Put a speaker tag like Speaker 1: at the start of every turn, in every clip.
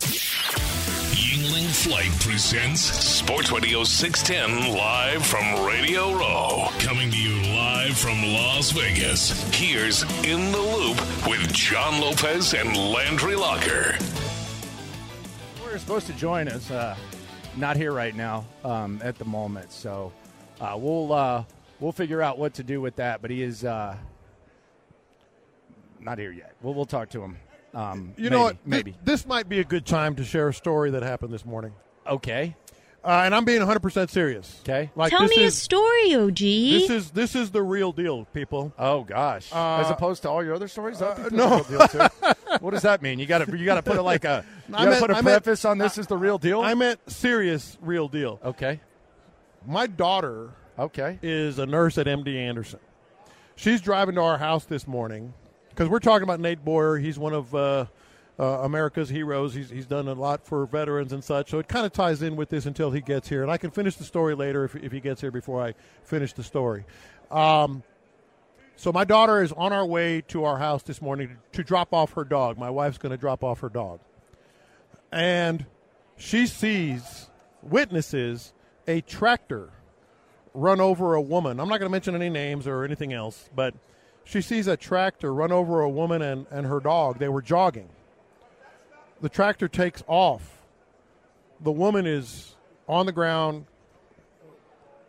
Speaker 1: Yingling Flight presents Sports Radio 610 live from Radio Row. Coming to you live from Las Vegas. Here's In the Loop with John Lopez and Landry Locker.
Speaker 2: We're supposed to join us. Uh, not here right now um, at the moment, so uh, we'll uh, we'll figure out what to do with that. But he is uh, not here yet. We'll we'll talk to him. Um,
Speaker 3: You know
Speaker 2: maybe,
Speaker 3: what? Thi-
Speaker 2: Maybe
Speaker 3: This, might be a good time to share a story that happened this morning.
Speaker 2: okay.
Speaker 3: Uh, and I'm being 100% serious.
Speaker 2: Okay.
Speaker 3: Like
Speaker 4: Tell
Speaker 3: this
Speaker 4: me a
Speaker 3: is,
Speaker 4: story, OG.
Speaker 3: This is this is the real deal, people.
Speaker 2: Oh gosh! As opposed to all your other stories, I think
Speaker 3: uh,
Speaker 2: this is
Speaker 3: no.
Speaker 2: the real deal, too. what does that mean? You got to you got to put it like a you
Speaker 3: I
Speaker 2: got to
Speaker 3: meant-
Speaker 2: put a
Speaker 3: I meant-
Speaker 2: preface on this is the real deal.
Speaker 3: I meant serious real deal.
Speaker 2: okay.
Speaker 3: My daughter
Speaker 2: Okay.
Speaker 3: is a nurse at MD Anderson. She's driving to our house this morning because we're talking about Nate Boyer. He's one of uh, uh, America's heroes. He's, he's done a lot for veterans and such. So it kind of ties in with this until he gets here. And I can finish the story later if, if he gets here before I finish the story. Um, so my daughter is on our way to our house this morning to drop off her dog. My wife's going to drop off her dog. And she sees, witnesses a tractor run over a woman. I'm not going to mention any names or anything else, but she sees a tractor run over a woman and, and her dog. They were jogging. The tractor takes off. The woman is on the ground,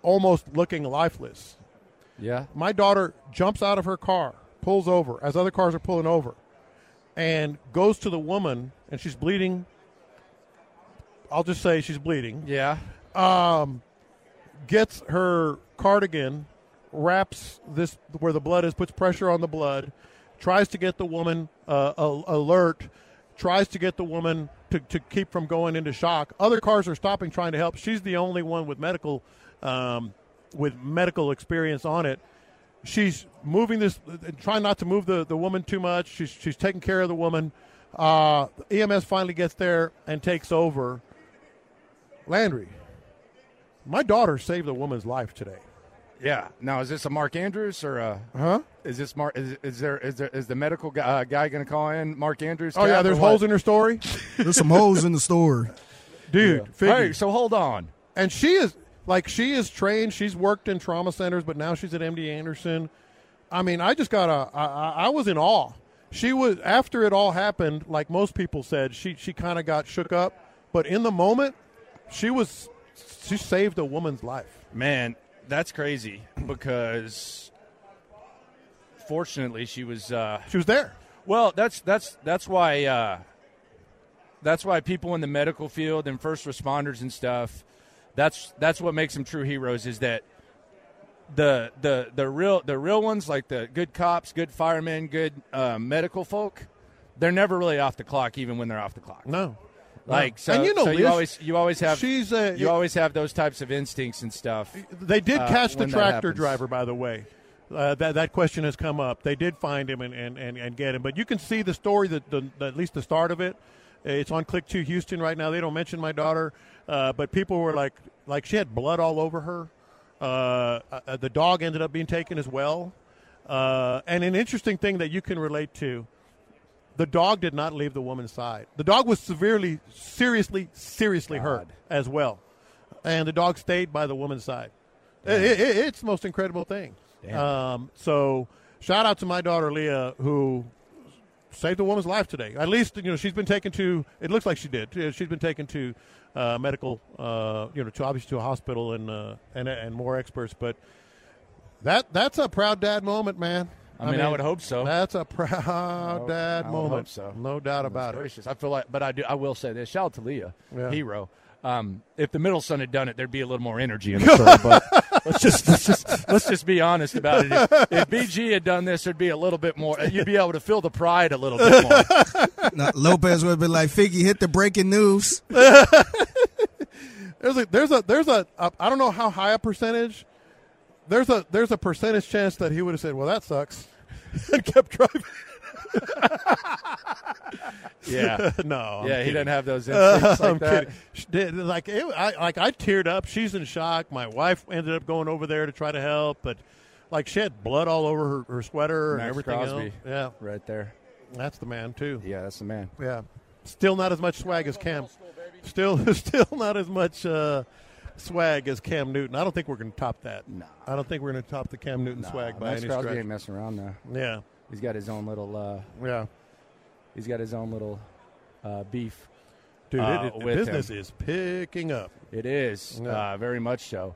Speaker 3: almost looking lifeless.
Speaker 2: Yeah.
Speaker 3: My daughter jumps out of her car, pulls over as other cars are pulling over, and goes to the woman, and she's bleeding. I'll just say she's bleeding
Speaker 2: Yeah.
Speaker 3: gets her cardigan, wraps this where the blood is, puts pressure on the blood, tries to get the woman uh, a- alert, tries to get the woman to, to keep from going into shock. Other cars are stopping trying to help. She's the only one with medical um, with medical experience on it. She's moving this, uh, trying not to move the, the woman too much. She's, she's taking care of the woman. Uh, EMS finally gets there and takes over. Landry, my daughter saved a woman's life today.
Speaker 2: Yeah. Now is this a Mark Andrews or a
Speaker 3: Huh?
Speaker 2: Is this Mark? Is, is there is there is the medical guy, uh, guy going to call in Mark Andrews?
Speaker 3: Oh yeah,
Speaker 2: Cap,
Speaker 3: there's
Speaker 2: or what?
Speaker 3: holes in her story,
Speaker 5: There's some holes in the story.
Speaker 3: dude.
Speaker 2: Hey,
Speaker 3: figures.
Speaker 2: so hold on.
Speaker 3: and she is like she is trained. She's worked in trauma centers, but now she's at MD Anderson. I mean, I just got a. I, I I was in awe. She was after it all happened. Like most people said, she she kind of got shook up, but in the moment, she was she saved a woman's life.
Speaker 6: Man, that's crazy because fortunately she was uh
Speaker 3: She was there.
Speaker 6: well, that's that's that's why uh that's why people in the medical field and first responders and stuff that's that's what makes them true heroes is that the the the real the real ones like the good cops, good firemen, good uh, medical folk, they're never really off the clock even when they're off the clock.
Speaker 3: No,
Speaker 6: Like so,
Speaker 3: And you know
Speaker 6: so you
Speaker 3: Liz,
Speaker 6: always you always have
Speaker 3: she's a-
Speaker 6: you always have those types of instincts and stuff.
Speaker 3: They did
Speaker 6: uh,
Speaker 3: catch the
Speaker 6: when that
Speaker 3: tractor
Speaker 6: happens.
Speaker 3: driver, by the way. Uh, that that question has come up. They did find him and, and, and, and get him, but you can see the story that the, the- at least the start of it. It's on Click Two Houston right now. They don't mention my daughter, uh, but people were like, like she had blood all over her. Uh, uh, the dog ended up being taken as well. Uh, and an interesting thing that you can relate to: the dog did not leave the woman's side. The dog was severely, seriously, seriously hurt as well, and the dog stayed by the woman's side. It, it, it- it's the most incredible thing. Um, so, shout out to my daughter Leah, who saved a woman's life today. At least you know she's been taken to. It looks like she did. Uh, She's been taken to uh, medical, uh, you know, to obviously to a hospital and uh, and and more experts. But that that's a proud dad moment, man.
Speaker 6: I mean, I would hope so.
Speaker 3: That's a proud dad
Speaker 2: I would
Speaker 3: moment.
Speaker 2: hope so.
Speaker 3: No doubt about it.
Speaker 6: Oh, gracious. I feel like, but I do. I will say this. Shout out to Leah,
Speaker 3: Yeah.
Speaker 6: hero. Um, if the middle son had done it, there'd be a little more energy in the circle. But let's just let's just let's just be honest about it. If, if BG had done this, there'd be a little bit more. You'd be able to feel the pride a little bit more.
Speaker 5: Now, Lopez would have been like, Figgy, hit the breaking news.
Speaker 3: There's a there's a there's a a I don't know how high a percentage. There's a there's a percentage chance that he would have said, "Well, that sucks," and kept driving.
Speaker 6: Yeah,
Speaker 3: no, I'm
Speaker 6: yeah. He
Speaker 3: kidding.
Speaker 6: doesn't have those
Speaker 3: Uh,
Speaker 6: instincts like
Speaker 3: I'm
Speaker 6: that.
Speaker 3: kidding. She did- Like, it, I, like I teared up. She's in shock. My wife ended up going over there to try to help, but like she had blood all over her, her sweater and
Speaker 6: Max
Speaker 3: everything
Speaker 6: Crosby.
Speaker 3: else. Yeah,
Speaker 6: Right there.
Speaker 3: that's the man too.
Speaker 6: Yeah, that's the man.
Speaker 3: Yeah, still not as much swag as Cam. Still, still not as much uh, swag as Cam Newton. I don't think we're going to top that. No, I don't think we're going to top the Cam Newton swag by any stretch.
Speaker 4: messing around now.
Speaker 3: Yeah,
Speaker 4: He's got his own little. Uh,
Speaker 3: yeah,
Speaker 4: he's got his own little uh, beef.
Speaker 3: dude,
Speaker 6: Uh,
Speaker 3: it, it-
Speaker 6: with
Speaker 3: business
Speaker 6: him.
Speaker 3: is picking up.
Speaker 6: It is
Speaker 3: Yeah.
Speaker 6: uh, very much so.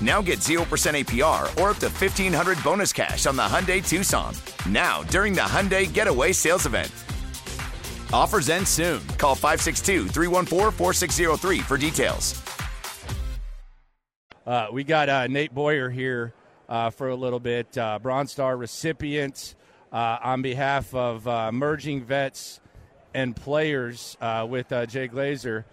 Speaker 7: Now get 0% APR or up to 1500 bonus cash on the Hyundai Tucson. Now, during the Hyundai Getaway Sales Event. Offers end soon. Call 562 314 4603 for details.
Speaker 6: Uh, we got uh, Nate Boyer here uh, for a little bit, uh, Bronze Star recipient uh, on behalf of uh, emerging vets and players uh, with uh, Jay Glazer.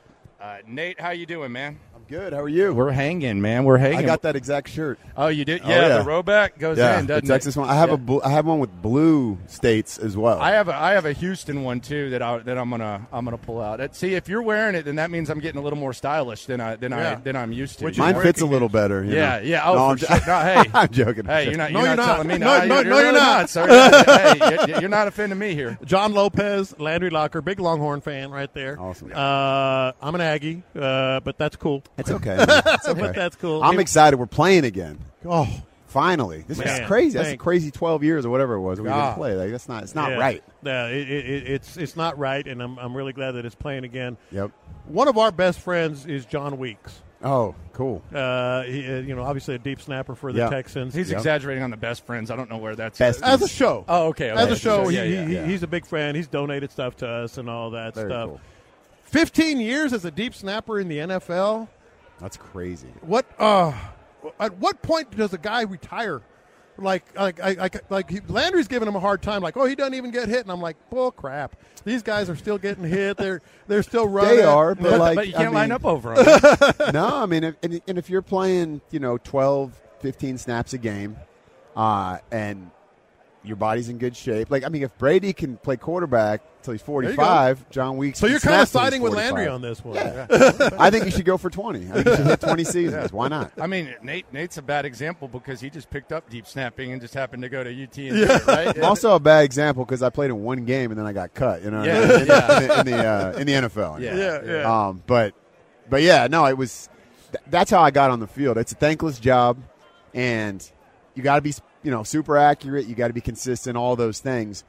Speaker 6: Uh, Nate, how you doing, man?
Speaker 8: Good. How are you?
Speaker 6: We're hanging, man. We're hanging.
Speaker 8: I got that exact shirt.
Speaker 6: Oh, you did?
Speaker 8: Oh,
Speaker 6: Yeah,
Speaker 8: yeah.
Speaker 6: the rowback goes
Speaker 8: yeah,
Speaker 6: in,
Speaker 8: the
Speaker 6: doesn't
Speaker 8: Texas
Speaker 6: it?
Speaker 8: one. I have
Speaker 6: Yeah.
Speaker 8: a bl- I have one with blue states as well.
Speaker 6: I have a I have a Houston one too that I that I'm gonna I'm gonna pull out. Uh, See if you're wearing it, then that means I'm getting a little more stylish than I than
Speaker 3: Yeah.
Speaker 6: I than I'm used to.
Speaker 8: Mine fits a little better. you
Speaker 6: Yeah,
Speaker 8: know.
Speaker 6: yeah. Oh,
Speaker 8: No,
Speaker 6: for
Speaker 8: I'm
Speaker 6: sure.
Speaker 8: jo-
Speaker 6: No, hey,
Speaker 8: I'm joking.
Speaker 6: Hey, you're not. You're,
Speaker 3: No,
Speaker 6: not,
Speaker 3: you're
Speaker 6: telling me.
Speaker 3: not. No, no,
Speaker 6: you're,
Speaker 3: no,
Speaker 6: really
Speaker 3: you're not.
Speaker 6: sir. hey, you're, you're not offending me here.
Speaker 3: John Lopez, Landry Locker, big Longhorn fan right there.
Speaker 8: Awesome.
Speaker 3: Uh, I'm an Aggie, uh, but that's cool.
Speaker 8: It's okay. man. It's okay.
Speaker 3: But that's cool.
Speaker 8: I'm
Speaker 3: He-
Speaker 8: excited. We're playing again.
Speaker 3: Oh,
Speaker 8: Finally, this
Speaker 3: Man,
Speaker 8: is crazy. That's
Speaker 3: thank-
Speaker 8: a crazy 12 years or whatever it was. that We
Speaker 3: God.
Speaker 8: didn't play. Like that's not. It's not
Speaker 3: yeah.
Speaker 8: right.
Speaker 3: Yeah, it, it, it- it's it's not right, and I'm I'm really glad that it's playing again.
Speaker 8: Yep.
Speaker 3: One of our best friends is John Weeks.
Speaker 8: Oh, cool.
Speaker 3: Uh, he, uh, you know, obviously a deep snapper for the
Speaker 8: Yeah.
Speaker 3: Texans.
Speaker 6: He's
Speaker 8: Yep.
Speaker 6: exaggerating on the best friends. I don't know where that's
Speaker 8: Best.
Speaker 3: as a show.
Speaker 6: Oh, okay. okay.
Speaker 3: As a show, he,
Speaker 6: yeah, yeah.
Speaker 3: he,
Speaker 8: yeah.
Speaker 3: he's a big fan. He's donated stuff to us and all that
Speaker 8: Very
Speaker 3: stuff.
Speaker 8: cool.
Speaker 3: 15 years as a deep snapper in the NFL.
Speaker 8: That's crazy.
Speaker 3: What uh at what point does a guy retire? Like like I like, like he, Landry's giving him a hard time like, "Oh, he doesn't even get hit." And I'm like, "Bull crap. These guys are still getting hit. They're they're still running."
Speaker 8: They are, but
Speaker 6: But,
Speaker 8: like,
Speaker 6: but you
Speaker 8: I
Speaker 6: can't line
Speaker 8: mean-
Speaker 6: up over him.
Speaker 8: no, I mean, if, and, and if you're playing, you know, 12, 15 snaps a game, uh, and your body's in good shape. Like I mean, if Brady can play quarterback until he's
Speaker 3: you go.
Speaker 8: 45, John Weeks.
Speaker 3: So
Speaker 8: can
Speaker 3: you're kind of
Speaker 8: snap till
Speaker 3: siding
Speaker 8: he's
Speaker 3: with
Speaker 8: 45.
Speaker 3: Landry on this one.
Speaker 8: Yeah.
Speaker 3: Yeah.
Speaker 8: I think you should go for 20. I think you should hit 20 seasons. Why not?
Speaker 6: I mean, Nate Nate's a bad example because he just picked up deep snapping and just happened to go to UT. And do it, right?
Speaker 8: I'm also a bad example because I played in one game and then I got cut. You know, what I
Speaker 6: Yeah,
Speaker 8: mean? in,
Speaker 6: yeah.
Speaker 8: the, in the, uh, in the NFL.
Speaker 6: Yeah,
Speaker 8: anyway.
Speaker 6: yeah, yeah.
Speaker 8: Um, but but yeah, no, it was. Th- that's how I got on the field. It's a thankless job, and you got to be you know super accurate. You got to be consistent. All those things,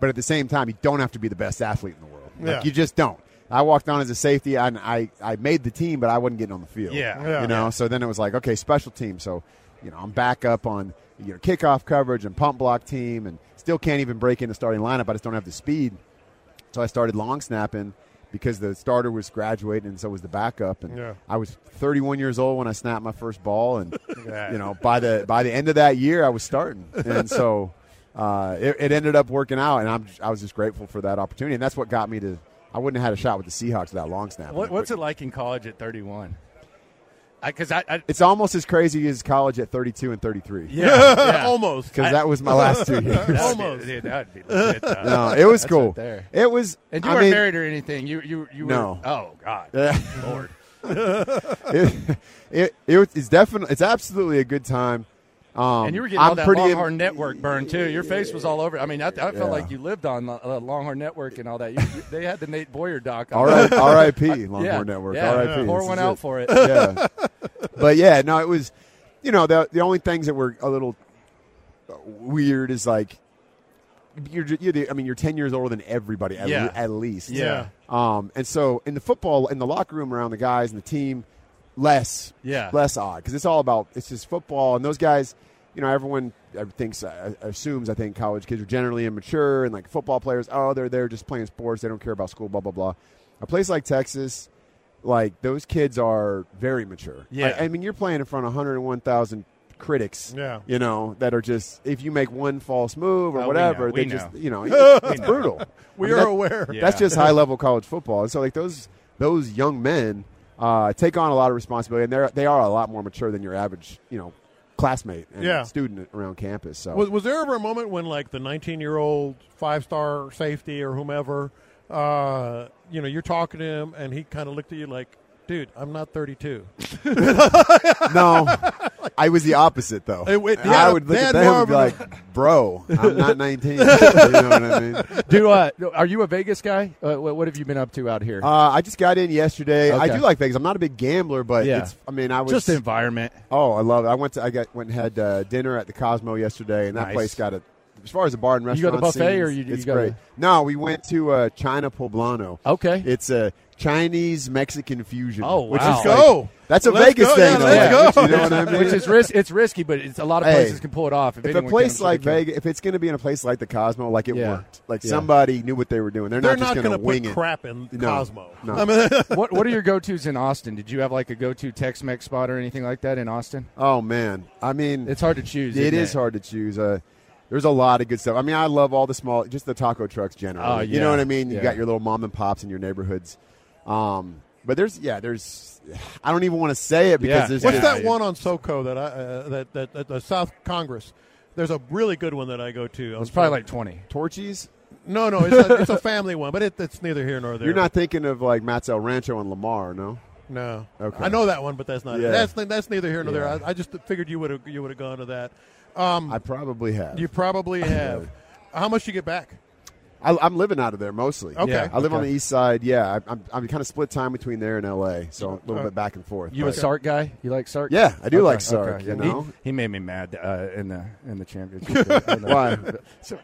Speaker 8: but at the same time, you don't have to be the best athlete in the world. Like,
Speaker 3: Yeah.
Speaker 8: you just don't. I walked on as a safety, and I, I made the team, but I wasn't getting on the field.
Speaker 3: Yeah. Yeah.
Speaker 8: you know. So then it was like, okay, special team. So, you know, I'm back up on you know kickoff coverage and pump block team, and still can't even break into starting lineup. I just don't have the speed. So I started long snapping because the starter was graduating, and so was the backup. And
Speaker 3: Yeah.
Speaker 8: I was 31 years old when I snapped my first ball, and
Speaker 3: at that.
Speaker 8: you know by the by the end of that year, I was starting, and so. Uh, it, it ended up working out, and I'm I was just grateful for that opportunity, and that's what got me to. I wouldn't have had a shot with the Seahawks without long snap.
Speaker 6: What, what's it like in college at 31? Because I, I,
Speaker 8: It's almost as crazy as college at 32 and 33.
Speaker 6: Yeah, yeah. Almost.
Speaker 8: Because that was my last two
Speaker 6: That would
Speaker 8: years.
Speaker 6: be- Almost. dude, that would be legit, though.
Speaker 8: no, it was
Speaker 6: That's
Speaker 8: cool.
Speaker 6: up there.
Speaker 8: It was.
Speaker 6: and you
Speaker 8: I
Speaker 6: weren't
Speaker 8: mean,
Speaker 6: married or anything. You, you, you were.
Speaker 8: No.
Speaker 6: Oh God,
Speaker 8: Yeah.
Speaker 6: Lord.
Speaker 8: it, it, it was- it's definitely it's absolutely a good time. Um,
Speaker 6: and you were getting
Speaker 8: I'm
Speaker 6: all that
Speaker 8: pretty
Speaker 6: Longhorn Network burn too. Your face was all over. I mean, I, I felt
Speaker 8: Yeah.
Speaker 6: like you lived on Lo- uh, Longhorn Network and all that. You, you- they had the Nate Boyer doc. on
Speaker 8: All right,
Speaker 6: there.
Speaker 8: R.I.P.
Speaker 6: Yeah,
Speaker 8: Longhorn Network.
Speaker 6: Yeah,
Speaker 8: R.I.P.
Speaker 6: Pour
Speaker 8: This is
Speaker 6: one out for it.
Speaker 8: Yeah. but yeah, no, it was. You know, the the only things that were a little uh, weird is like you're ju- you're the, I mean you're ten years older than everybody at,
Speaker 3: Yeah.
Speaker 8: le- at least.
Speaker 3: Yeah.
Speaker 8: Um, and so in the football in the locker room around the guys and the team, less.
Speaker 3: Yeah.
Speaker 8: Less odd because it's all about it's just football and those guys. You know, everyone uh, thinks uh, assumes I think college kids are generally immature and like football players. Oh, they're there just playing sports. They don't care about school. Blah blah blah. A place like Texas, like those kids are very mature.
Speaker 3: Yeah.
Speaker 8: I, I mean, you're playing in front of 101,000 critics.
Speaker 3: Yeah.
Speaker 8: You know that are just if you make one false move
Speaker 3: Oh,
Speaker 8: or
Speaker 3: we
Speaker 8: whatever,
Speaker 3: know.
Speaker 8: they
Speaker 3: We
Speaker 8: just
Speaker 3: know.
Speaker 8: you know
Speaker 3: We
Speaker 8: it's
Speaker 3: know.
Speaker 8: brutal.
Speaker 3: We
Speaker 8: that-
Speaker 3: are aware.
Speaker 8: That's
Speaker 3: Yeah.
Speaker 8: just high level college football, and so like those those young men uh, take on a lot of responsibility, and they're they are a lot more mature than your average you know classmate and
Speaker 3: Yeah.
Speaker 8: student around campus. So
Speaker 3: Was, was there ever a moment when, like, the 19 year old five star safety or whomever, uh, you know, you're talking to him and he kind of looked at you like, dude, I'm not 32.
Speaker 8: no, I was the opposite though.
Speaker 3: Hey, wait, they
Speaker 8: I
Speaker 3: had-
Speaker 8: would look
Speaker 3: they had
Speaker 8: at them
Speaker 3: more
Speaker 8: and be
Speaker 3: of
Speaker 8: like, "Bro, I'm not 19." you know what I mean?
Speaker 6: Do uh, are you a Vegas guy? Uh, what, what have you been up to out here?
Speaker 8: Uh, I just got in yesterday. I
Speaker 6: Okay.
Speaker 8: do like Vegas. I'm not a big gambler, but
Speaker 6: Yeah.
Speaker 8: it's, I mean, I was
Speaker 6: Just the environment.
Speaker 8: Oh, I love it. I went to I got went and had uh, dinner at the Cosmo yesterday, and that
Speaker 6: Nice.
Speaker 8: place got a. As far as a bar and
Speaker 6: You go
Speaker 8: restaurant,
Speaker 6: to buffet
Speaker 8: scenes,
Speaker 6: or you- you
Speaker 8: it's
Speaker 6: go to-
Speaker 8: great. No, we went to uh, China Poblano.
Speaker 6: Okay,
Speaker 8: it's a Chinese Mexican fusion.
Speaker 6: Oh,
Speaker 8: which
Speaker 6: wow.
Speaker 8: is
Speaker 6: Let's
Speaker 8: like-
Speaker 6: go.
Speaker 8: that's a
Speaker 6: Let's
Speaker 8: Vegas
Speaker 6: go.
Speaker 8: thing.
Speaker 6: Yeah,
Speaker 8: though,
Speaker 6: let's
Speaker 8: yeah,
Speaker 6: go.
Speaker 8: uh, Which, you know what I mean?
Speaker 6: Which is ris- it's risky, but it's- a lot of places can pull it off if
Speaker 8: If, a
Speaker 6: anyone can, I'm
Speaker 8: place
Speaker 6: sure
Speaker 8: like
Speaker 6: they can.
Speaker 8: Vegas, if it's going to be in a place like the Cosmo, like it
Speaker 6: Yeah.
Speaker 8: worked. Like
Speaker 6: Yeah.
Speaker 8: somebody knew what they were doing. They're,
Speaker 3: They're
Speaker 8: not
Speaker 3: not
Speaker 8: just going
Speaker 3: gonna
Speaker 8: to
Speaker 3: put
Speaker 8: wing it.
Speaker 3: crap in
Speaker 8: No,
Speaker 3: Cosmo.
Speaker 8: no.
Speaker 6: what what are your go tos in Austin? Did you have like a go to Tex Mex spot or anything like that in Austin?
Speaker 8: Oh man, I mean,
Speaker 6: it's hard to choose.
Speaker 8: It
Speaker 6: isn't
Speaker 8: is hard to choose. Uh, there's a lot of good stuff. I mean, I love all the small, just the taco trucks generally.
Speaker 6: Oh,
Speaker 8: You
Speaker 6: yeah.
Speaker 8: know what I mean? You
Speaker 6: Yeah.
Speaker 8: got your little mom and pops in your neighborhoods. Um, but there's, yeah, there's. I don't even want to say it because there's.
Speaker 3: What's
Speaker 8: just-
Speaker 3: that one on SoCo that I uh, that, that that the South Congress? There's a really good one that I go to. Um,
Speaker 6: It's probably like 20.
Speaker 8: Torchies?
Speaker 3: No, no, it's a, it's a family one, but it, it's neither here nor there.
Speaker 8: You're not thinking of like Matt's El Rancho and Lamar, no?
Speaker 3: No.
Speaker 8: Okay.
Speaker 3: I know that one, but that's not.
Speaker 8: Yeah.
Speaker 3: It. That's that's neither here nor
Speaker 8: Yeah.
Speaker 3: there. I, I just figured you would have you would have gone to that. Um,
Speaker 8: I probably have.
Speaker 3: You probably have. How much you get back?
Speaker 8: I, I'm living out of there mostly.
Speaker 3: Okay. Yeah,
Speaker 8: I live on
Speaker 3: okay.
Speaker 8: the east side. Yeah, I, I'm, I'm kind of split time between there and L.A., so a little
Speaker 6: Uh,
Speaker 8: bit back and forth.
Speaker 6: You a
Speaker 8: but-
Speaker 6: Sark guy? You like Sark?
Speaker 8: Yeah, I do like Sark, you
Speaker 6: He-
Speaker 8: know?
Speaker 6: he, made me mad uh, in the in the championship.
Speaker 8: Why?
Speaker 6: So,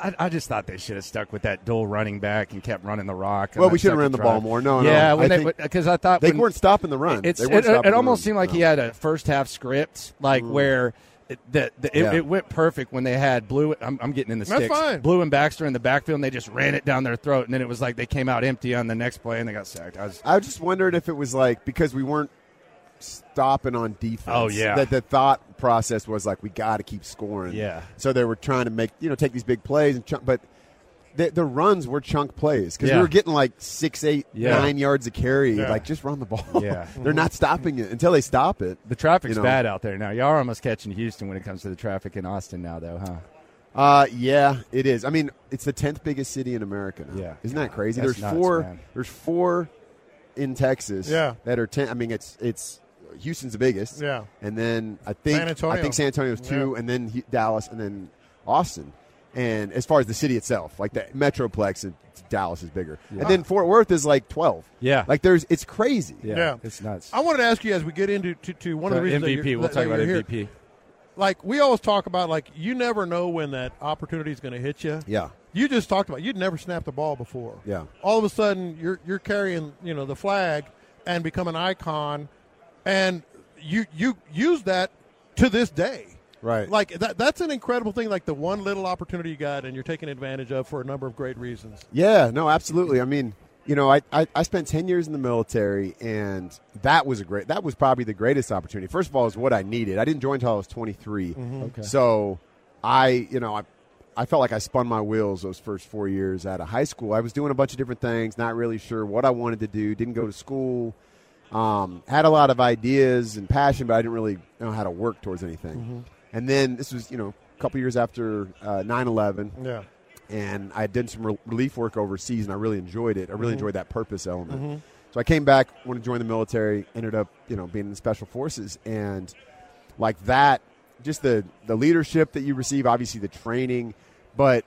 Speaker 6: I, I just thought they should have stuck with that dual running back and kept running the rock. and
Speaker 8: Well,
Speaker 6: let
Speaker 8: we should have
Speaker 6: Tucker
Speaker 8: ran the
Speaker 6: try.
Speaker 8: ball more. No, no.
Speaker 6: yeah,
Speaker 8: I
Speaker 6: when
Speaker 8: think-
Speaker 6: because I thought
Speaker 8: they
Speaker 6: when-
Speaker 8: weren't stopping the run.
Speaker 6: It's,
Speaker 8: They weren't
Speaker 6: it, it
Speaker 8: stopping the
Speaker 6: almost
Speaker 8: run.
Speaker 6: seemed like he had a first half script, like where. It, the, the, it,
Speaker 8: Yeah.
Speaker 6: it went perfect when they had blue. I'm, I'm getting in the
Speaker 3: That's
Speaker 6: sticks.
Speaker 3: fine.
Speaker 6: Blue and Baxter in the backfield, and they just ran it down their throat. And then it was like they came out empty on the next play, and they got sacked. I was
Speaker 8: I just wondered if it was like because we weren't stopping on defense.
Speaker 6: Oh, yeah.
Speaker 8: that the thought process was like we got to keep scoring.
Speaker 6: Yeah.
Speaker 8: so they were trying to make you know take these big plays and chunk, but. The, the runs were chunk plays because
Speaker 6: Yeah.
Speaker 8: we were getting like six, eight, nine
Speaker 6: Yeah.
Speaker 8: yards of carry.
Speaker 6: Yeah.
Speaker 8: Like just run the ball.
Speaker 6: Yeah. Mhm.
Speaker 8: they're not stopping it until they stop it.
Speaker 6: The traffic's
Speaker 8: you know?
Speaker 6: bad out there now. Y'all are almost catching Houston when it comes to the traffic in Austin now, though, huh?
Speaker 9: Uh, yeah, it is. I mean, it's the tenth biggest city in America. Now.
Speaker 10: Yeah.
Speaker 9: isn't that crazy?
Speaker 10: That's
Speaker 9: there's
Speaker 10: nuts,
Speaker 9: four.
Speaker 10: man.
Speaker 9: There's four in Texas.
Speaker 3: Yeah.
Speaker 9: that are ten. I mean, it's it's Houston's the biggest.
Speaker 3: Yeah.
Speaker 9: and then I think
Speaker 3: San Antonio.
Speaker 9: I think San Antonio's two, and then Hu- Dallas, and then Austin. And as far as the city itself, like the metroplex, it- Dallas is bigger, and then Fort Worth is like twelve.
Speaker 6: Yeah,
Speaker 9: like there's it's crazy.
Speaker 3: Yeah. Yeah. It's
Speaker 9: nuts.
Speaker 3: I wanted to ask you as we get into to, to one
Speaker 6: So
Speaker 3: of the reasons that
Speaker 6: MVP,
Speaker 3: you're-
Speaker 6: we'll
Speaker 3: that-
Speaker 6: talk
Speaker 3: that
Speaker 6: about
Speaker 3: you're here.
Speaker 6: MVP.
Speaker 3: Like we always talk about, like you never know when that opportunity is going to hit you.
Speaker 9: Yeah.
Speaker 3: You just talked about you'd never snapped the ball before.
Speaker 9: Yeah.
Speaker 3: All of a sudden, you're you're carrying you know the flag and become an icon, and you you use that to this day.
Speaker 9: Right.
Speaker 3: Like that, that's an incredible thing. Like the one little opportunity you got, and you're taking advantage of for a number of great reasons.
Speaker 9: Yeah, no, absolutely. I mean, you know, I, I, I spent 10 years in the military, and that was a great, that was probably the greatest opportunity. First of all, is what I needed. I didn't join until I was 23.
Speaker 3: Mhm. Okay.
Speaker 9: So I, you know, I, I felt like I spun my wheels those first four years out of high school. I was doing a bunch of different things, not really sure what I wanted to do, didn't go to school, um, had a lot of ideas and passion, but I didn't really know how to work towards anything.
Speaker 3: Mhm.
Speaker 9: And then this was, you know, a couple years after uh, 9-11
Speaker 3: Yeah.
Speaker 9: and I did some rel- relief work overseas, and I really enjoyed it. I really
Speaker 3: Mhm.
Speaker 9: enjoyed that purpose element.
Speaker 3: Mhm.
Speaker 9: So I came back, wanted to join the military, ended up, you know, being in the special forces, and like that, just the the leadership that you receive, obviously the training, but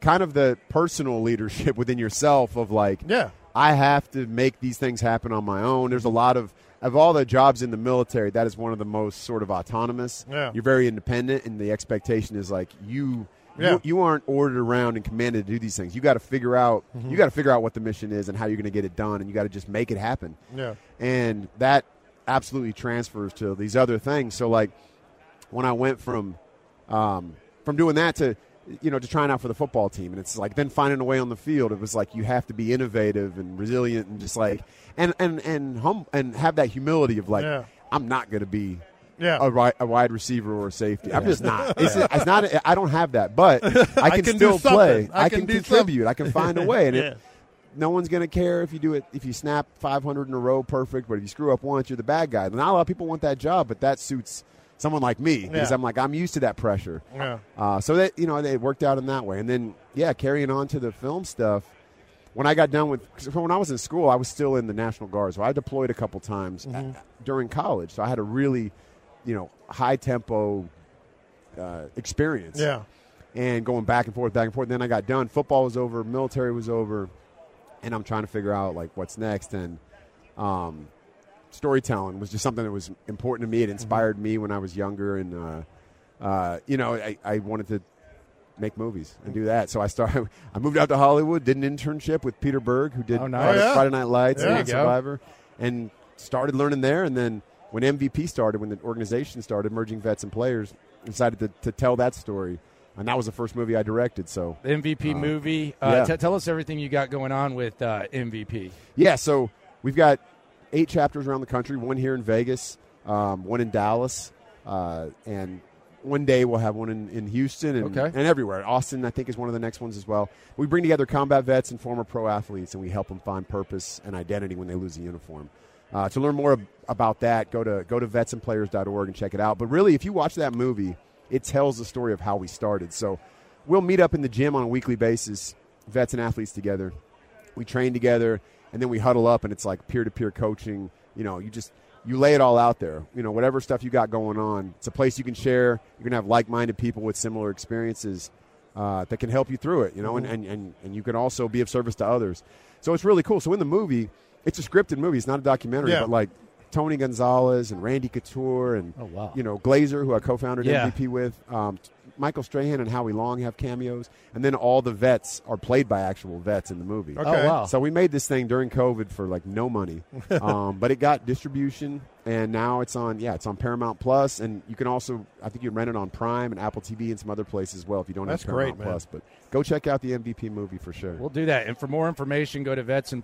Speaker 9: kind of the personal leadership within yourself of like,
Speaker 3: yeah,
Speaker 9: I have to make these things happen on my own. There's a lot of of all the jobs in the military, that is one of the most sort of autonomous.
Speaker 3: Yeah.
Speaker 9: You're very independent, and the expectation is like you.
Speaker 3: Yeah.
Speaker 9: You, you aren't ordered around and commanded to do these things. You got to figure out.
Speaker 3: Mhm.
Speaker 9: You got to figure out what the mission is and how you're going to get it done, and you got to just make it happen
Speaker 3: Yeah.
Speaker 9: and that absolutely transfers to these other things. So like when I went from um, from doing that to you know to trying out for the football team, and it's like then finding a way on the field. It was like you have to be innovative and resilient and just like and and and hum and have that humility of like
Speaker 3: Yeah.
Speaker 9: I'm not going to be.
Speaker 3: Yeah.
Speaker 9: A, ri- a wide receiver or a safety. I'm
Speaker 3: Yeah.
Speaker 9: just not. It's, it's not. I don't have that, but I can,
Speaker 3: I can do
Speaker 9: still play.
Speaker 3: something. I can do
Speaker 9: contribute.
Speaker 3: something.
Speaker 9: I can find a way. And
Speaker 3: Yeah.
Speaker 9: it, no one's going to care if you do it if you snap 500 in a row perfect but if you screw up once you're the bad guy not a lot of people want that job but that suits someone like me because
Speaker 3: Yeah.
Speaker 9: i'm like i'm used to that pressure
Speaker 3: Yeah.
Speaker 9: uh, so that you know it worked out in that way and then yeah carrying on to the film stuff when i got done with 'cause when i was in school i was still in the national guard so i deployed a couple times a-
Speaker 3: Mhm.
Speaker 9: during college so i had a really you know high tempo uh, experience
Speaker 3: Yeah.
Speaker 9: and going back and forth, back and forth. Then I got done. Football was over, military was over, and I'm trying to figure out like what's next. And um, storytelling was just something that was important to me. It inspired me when I was younger, and uh, uh, you know, I, I wanted to make movies and do that. So I started. I moved out to Hollywood, did an internship with Peter Berg, who did
Speaker 6: Oh, nice.
Speaker 9: Friday,
Speaker 6: Oh, yeah.
Speaker 9: Friday Night Lights
Speaker 6: There
Speaker 9: and
Speaker 6: you go.
Speaker 9: Survivor, and started learning there. And then when MVP started, when the organization started, Merging Vets and Players, decided to, to tell that story, and that was the first movie I directed. So
Speaker 6: The MVP
Speaker 9: Uh,
Speaker 6: movie. Uh,
Speaker 9: yeah.
Speaker 6: t- tell us everything you got going on with uh, MVP.
Speaker 9: Yeah, so we've got eight chapters around the country. One here in Vegas, um, one in Dallas, uh, and one day we'll have one in, in Houston and,
Speaker 6: Okay.
Speaker 9: and everywhere. Austin, I think, is one of the next ones as well. We bring together combat vets and former pro athletes, and we help them find purpose and identity when they lose a uniform. Uh, to learn more ab- about that, go to go to vetsandplayers.org and check it out. But really, if you watch that movie, it tells the story of how we started. So we'll meet up in the gym on a weekly basis, vets and athletes together. We train together, and then we huddle up, and it's like peer-to-peer coaching. You know, you just you lay it all out there. You know, whatever stuff you got going on, it's a place you can share. You're gonna have like-minded people with similar experiences uh, that can help you through it. You know,
Speaker 3: Mhm.
Speaker 9: and, and and and you can also be of service to others. So it's really cool. So in the movie, it's a scripted movie. It's not a documentary,
Speaker 3: Yeah.
Speaker 9: but like Tony Gonzalez and Randy Couture and
Speaker 3: Oh, wow.
Speaker 9: you know Glazer, who I co-founded
Speaker 3: Yeah.
Speaker 9: MVP with. Um, t- Michael Strahan and Howie Long have cameos, and then all the vets are played by actual vets in the movie.
Speaker 3: Okay. Oh, wow.
Speaker 9: So we made this thing during COVID for like no money, um, but it got distribution, and now it's on. Yeah, it's on Paramount Plus, and you can also I think you can rent it on Prime and Apple TV and some other places as well if you don't
Speaker 6: That's
Speaker 9: have
Speaker 6: great,
Speaker 9: Paramount
Speaker 6: man.
Speaker 9: Plus. But go check out the MVP movie for sure.
Speaker 6: We'll do that. And for more information, go to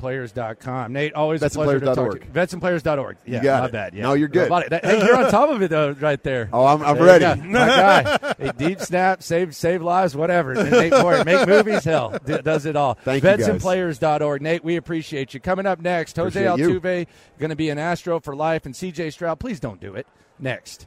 Speaker 6: vetsandplayers.com. Nate, always a pleasure to talk to
Speaker 9: Vetsandplayers.org.
Speaker 6: you. Vetsandplayers.org. Yeah,
Speaker 9: You got
Speaker 6: my
Speaker 9: it.
Speaker 6: bad. Yeah.
Speaker 9: No, you're good.
Speaker 6: About it. That- hey, you're on top of it, though, right there.
Speaker 9: Oh, I'm- I'm
Speaker 6: There
Speaker 9: ready.
Speaker 6: you go. My guy. Hey, deep snap, save save lives, whatever. And Nate Boyer, make movies, hell, d- does it all.
Speaker 9: Thank you, guys.
Speaker 6: Vetsandplayers.org. Nate, we appreciate you. Coming up next, Jose
Speaker 9: Appreciate you.
Speaker 6: Altuve, going to be an Astro for life, and CJ Stroud. Please don't do it. Next.